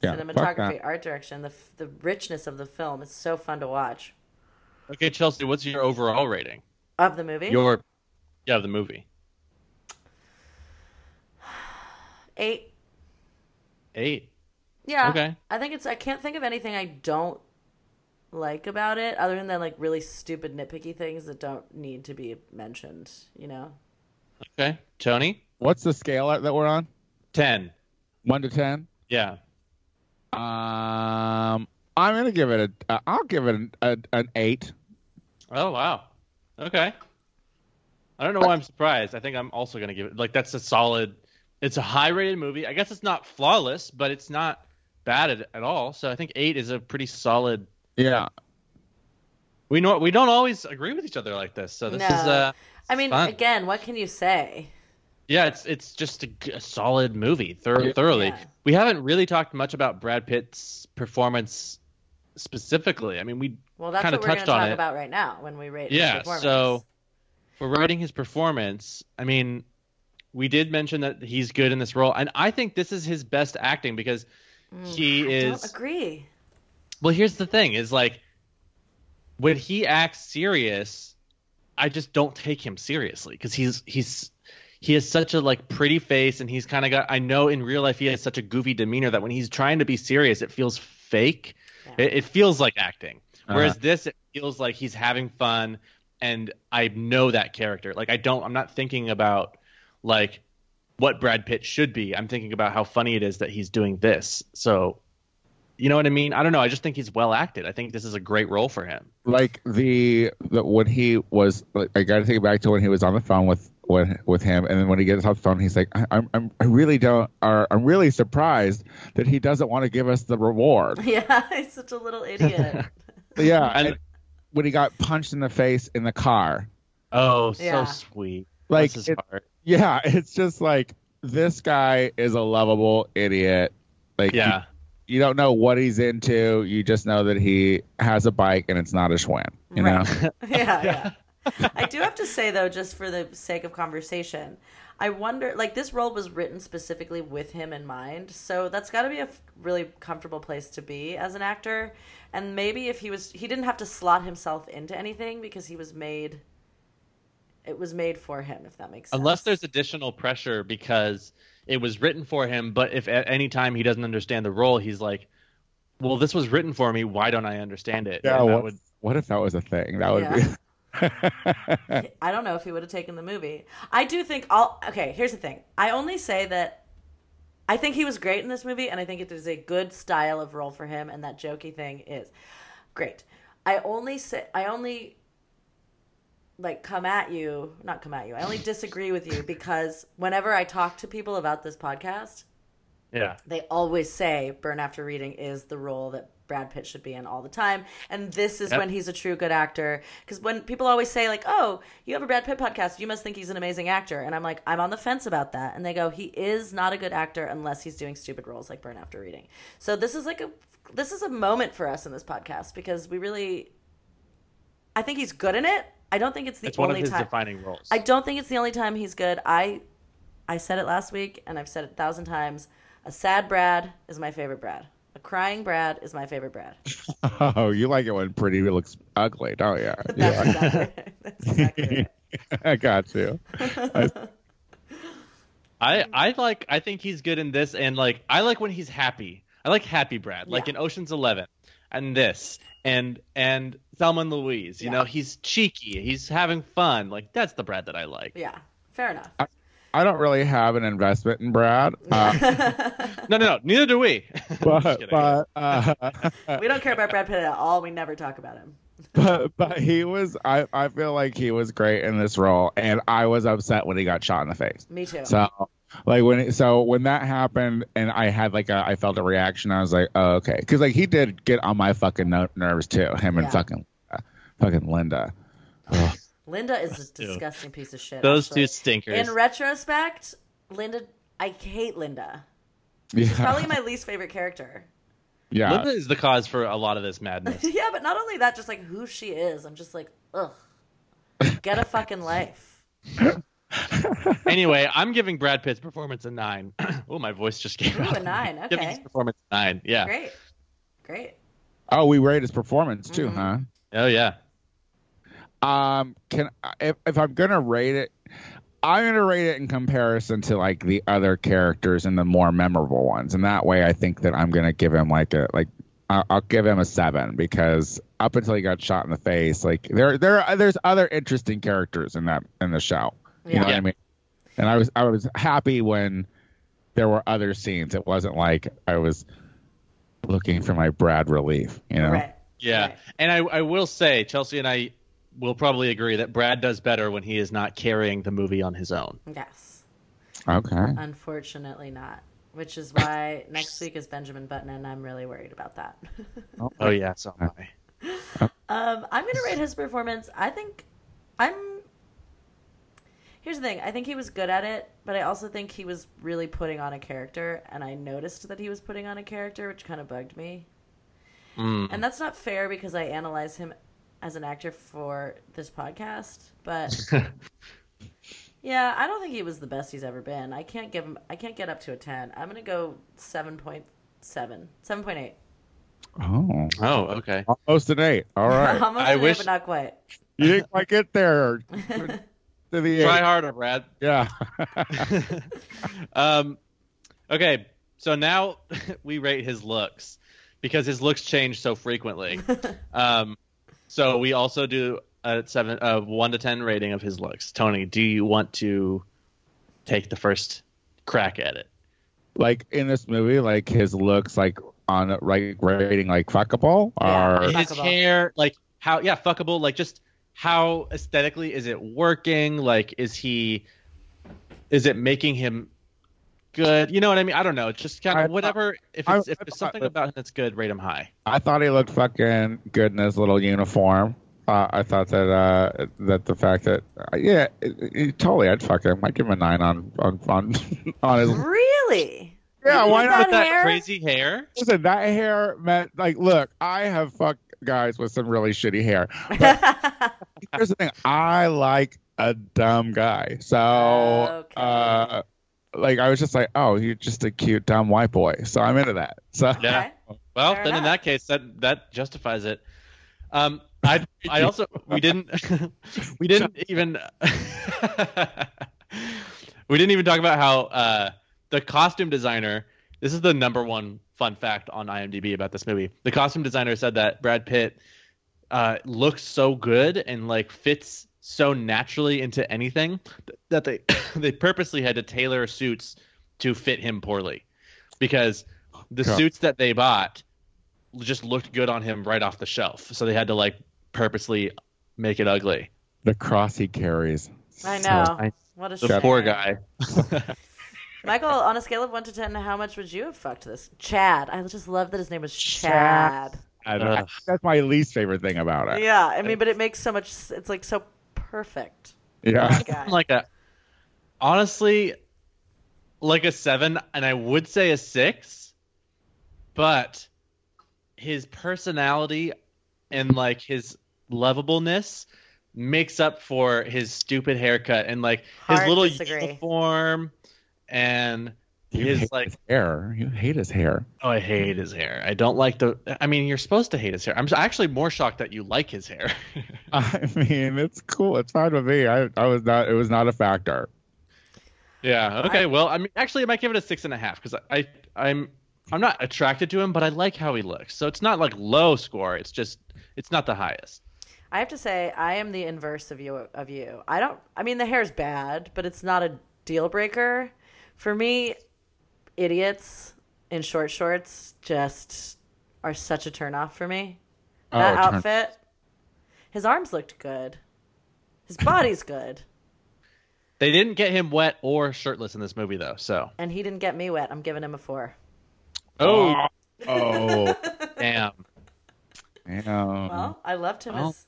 fuck that. Cinematography, art direction, the f- the richness of the film. It's so fun to watch. Okay, Chelsea, what's your overall rating? Of the movie, Your yeah, of the movie eight. eight. Yeah. Okay. I think it's. I can't think of anything I don't like about it, other than like really stupid nitpicky things that don't need to be mentioned. You know. Okay, Tony, What's the scale that we're on? ten. One to ten. Yeah, Um, I'm gonna give it a. Uh, I'll give it an, a, an eight. Oh wow. Okay. I don't know why I'm surprised. I think I'm also gonna give it like that's a solid. It's a high rated movie. I guess it's not flawless, but it's not bad at, at all. So I think eight is a pretty solid. Yeah. We know we don't always agree with each other like this. So this No. is uh I mean, Fun. again, what can you say? yeah, it's it's just a, g- a solid movie thor- Yeah. thoroughly. Yeah. We haven't really talked much about Brad Pitt's performance specifically. I mean, we Well, that's Kinda what we're going to touched on talk it. about right now when we rate. his Yeah, performance. so for writing his performance, I mean, we did mention that he's good in this role, and I think this is his best acting because he I is. don't agree. Well, here's the thing: is like when he acts serious, I just don't take him seriously because he's he's he has such a like pretty face, and he's kind of got. I know in real life he has such a goofy demeanor that when he's trying to be serious, it feels fake. Yeah. It, it feels like acting. Whereas Uh-huh. this, it feels like he's having fun, and I know that character. Like I don't, I'm not thinking about like what Brad Pitt should be. I'm thinking about how funny it is that he's doing this. So, you know what I mean? I don't know. I just think he's well acted. I think this is a great role for him. Like the, the when he was, like, I got to think back to when he was on the phone with when with him, and then when he gets off the phone, he's like, I, I'm, I'm, I really don't, or I'm really surprised that he doesn't want to give us the reward. Yeah, he's such a little idiot. yeah. And- and when he got punched in the face in the car, Oh, Yeah. so sweet. like Bless his it, heart. yeah, it's just like this guy is a lovable idiot. Like he yeah, you don't know what he's into. You just know that he has a bike and it's not a Schwinn. You know, Right. yeah, yeah. I do have to say though, just for the sake of conversation, I wonder like this role was written specifically with him in mind, so that's got to be a f- really comfortable place to be as an actor. And maybe if he was, he didn't have to slot himself into anything because he was made It was made for him, if that makes sense. Unless there's additional pressure because it was written for him, but if at any time he doesn't understand the role, he's like, well, this was written for me. Why don't I understand it? Yeah, And that what, would- what if that was a thing? That would be. I don't know if he would have taken the movie. I do think I'll. Okay, here's the thing. I only say that I think he was great in this movie, and I think it is a good style of role for him, and that jokey thing is great. I only say. I only like come at you not come at you i only disagree with you because whenever i talk to people about this podcast yeah. they always say burn after reading is the role that Brad Pitt should be in all the time. And this is Yep. when he's a true good actor. Because when people always say, like, oh, you have a Brad Pitt podcast, you must think he's an amazing actor. And I'm like, I'm on the fence about that. And they go, he is not a good actor unless he's doing stupid roles like Burn After Reading. So this is like a this is a moment for us in this podcast because we really I think he's good in it. I don't think it's the It's one only of his time. defining roles. I don't think it's the only time he's good. I I said it last week and I've said it a thousand times. A sad Brad is my favorite Brad. A crying Brad is my favorite Brad. oh, you like it when pretty looks ugly, don't you? That's exactly, that's exactly right. I got you. I I like I think he's good in this and like I like when he's happy. I like happy Brad, like Yeah. in Ocean's Eleven and this and and Thelma and Louise. You Yeah. know, he's cheeky, he's having fun. Like that's the Brad that I like. Yeah, fair enough. I don't really have an investment in Brad, uh, No, no, no, neither do we. but, kidding. but, uh, we don't care about Brad Pitt at all. We never talk about him. but but he was. I I feel like he was great in this role, and I was upset when he got shot in the face. Me too. So like when it, so when that happened and I had like a I felt a reaction I was like oh okay because like he did get on my fucking no- nerves too him Yeah. and fucking uh, fucking Linda Linda is a Those two. disgusting piece of shit. Those actually. two stinkers. In retrospect, Linda, I hate Linda. yeah Probably my least favorite character. yeah Linda is the cause for a lot of this madness. yeah, but not only that, just like who she is, I'm just like, ugh. Get a fucking life. anyway, I'm giving Brad Pitt's performance a nine. oh, my voice just gave Ooh, out. a nine. Giving his Okay. performance a nine. Yeah. Great. Great. oh we rate his performance too Mhm. huh Oh yeah. Um, can if if I'm gonna rate it, I'm gonna rate it in comparison to like the other characters and the more memorable ones, and that way I think that I'm gonna give him like a like I'll, I'll give him a seven because up until he got shot in the face, like there there are, there's other interesting characters in that in the show. You know Yeah. what I mean? And I was I was happy when there were other scenes. It wasn't like I was looking for my Brad relief. You know? Right. Yeah. Right. And I, I will say, Chelsea and I will probably agree that Brad does better when he is not carrying the movie on his own. Yes. Okay. Unfortunately not. Which is why next week is Benjamin Button and I'm really worried about that. Oh, yeah. So am I. um, I'm gonna rate his performance. I think I'm here's the thing, I think he was good at it, but I also think he was really putting on a character and I noticed that he was putting on a character, which kinda bugged me. Mm. And that's not fair because I analyze him as an actor for this podcast, but yeah, I don't think he was the best he's ever been. I can't give him I can't get up to a 10. I'm going to go 7.7. 7.8. Oh, Oh, okay. almost an eight. All right. Almost I an eight, wish- but not quite. You didn't quite get there to the Try end. harder, Brad. Yeah. um, okay. So now we rate his looks because his looks change so frequently. um, so we also do a seven, a one to ten rating of his looks. Tony, do you want to take the first crack at it? like in this movie, like his looks like on like rating like fuckable Yeah. or Fuck his about. hair, like how yeah, fuckable, like just how aesthetically is it working? Like is he is it making him good? You know what I mean? I don't know. It's Just kind I- of whatever if I- it's, if I- there's something about him that's good, rate him high. I thought he looked fucking good in his little uniform. Uh, I thought that uh, that the fact that uh, yeah, it, it- totally, I'd fuck him. I'd give him a nine on on on, on his. Really? Yeah, You why did not? That That hair? crazy hair? Listen, that hair meant like, look, I have fucked guys with some really shitty hair. here's the thing i like a dumb guy oh, so Okay. uh like i was just like oh you're just a cute dumb white boy so i'm into that so Yeah. Okay. Well, Fair then in enough. that case that that justifies it. Um, I I also we didn't we didn't even we didn't even talk about how uh, the costume designer. This is the number one fun fact on IMDb about this movie. The costume designer said that Brad Pitt uh, looks so good and like fits so naturally into anything th- that they they purposely had to tailor suits to fit him poorly because the Yeah. suits that they bought just looked good on him right off the shelf so they had to like purposely make it ugly The cross he carries. I So- know. I- what a Oh, the shame. poor guy Michael, on a scale of one to ten, how much would you have fucked this? Chad. I just love that his name was Chad. I don't- I Ugh. think that's my least favorite thing about it. Yeah, I mean, but it makes so much. s- It's like so perfect. Yeah. Guy. like a honestly like a seven and i would say a six but his personality and like his lovableness makes up for his stupid haircut and like his Hard little disagree. uniform and You his hate like his hair. You hate his hair. oh i hate his hair i don't like the i mean you're supposed to hate his hair i'm actually more shocked that you like his hair I mean, it's cool. It's fine with me. I, I was not. It was not a factor. Yeah. Okay. well, I mean, actually, I might give it a six and a half because I, I, I'm, I'm not attracted to him, but I like how he looks. So it's not like low score. It's just, it's not the highest. I have to say, I am the inverse of you. Of you, I don't. I mean, the hair's bad, but it's not a deal breaker for me. Idiots in short shorts just are such a turnoff for me. Oh, That turn- outfit. His arms looked good. His body's good, They didn't get him wet or shirtless in this movie, though. So. and he didn't get me wet. I'm giving him a four. Oh, Oh, damn. damn. Well, I loved him. Well. As,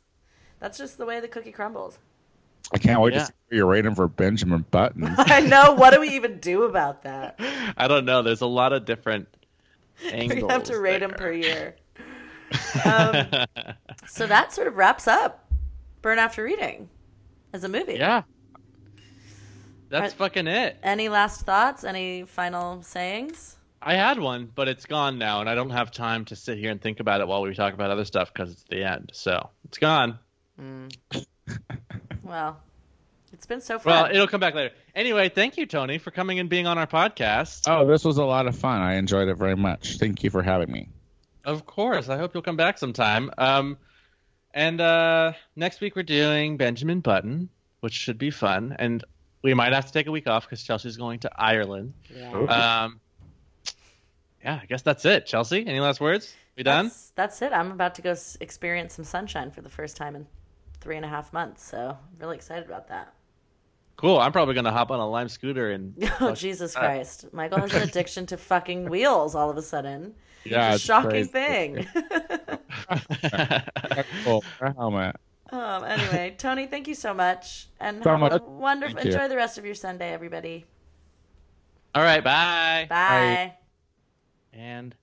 that's just the way the cookie crumbles. I can't wait Yeah. to see what you're rating for Benjamin Button. I know. What do we even do about that? I don't know. There's a lot of different angles. We have to rate him per there. year. Um, so that sort of wraps up Burn After Reading as a movie. yeah. That's Are- fucking it. Any last thoughts? Any final sayings? I had one, but it's gone now, and I don't have time to sit here and think about it while we talk about other stuff because it's the end. So it's gone. Well, it's been so Well, fun. it'll come back later. Anyway, thank you, Tony, for coming and being on our podcast. oh, this was a lot of fun. I enjoyed it very much. Thank you for having me. Oh, Of course. I hope you'll come back sometime. Um, and uh, next week we're doing Benjamin Button, which should be fun. And we might have to take a week off because Chelsea's going to Ireland. yeah. Um, yeah, I guess that's it. Chelsea, any last words? We done? That's, that's it. I'm about to go s- experience some sunshine for the first time in three and a half months. So I'm really excited about that. Cool. I'm probably going to hop on a Lime scooter and. Oh, Jesus Christ. Michael has an addiction to fucking wheels all of a sudden. Yeah, it's a it's shocking crazy. thing. Oh, a helmet. um, anyway, Tony, thank you so much. And So have much. a wonderful Thank you. enjoy the rest of your Sunday, everybody. All right. Bye. Bye. And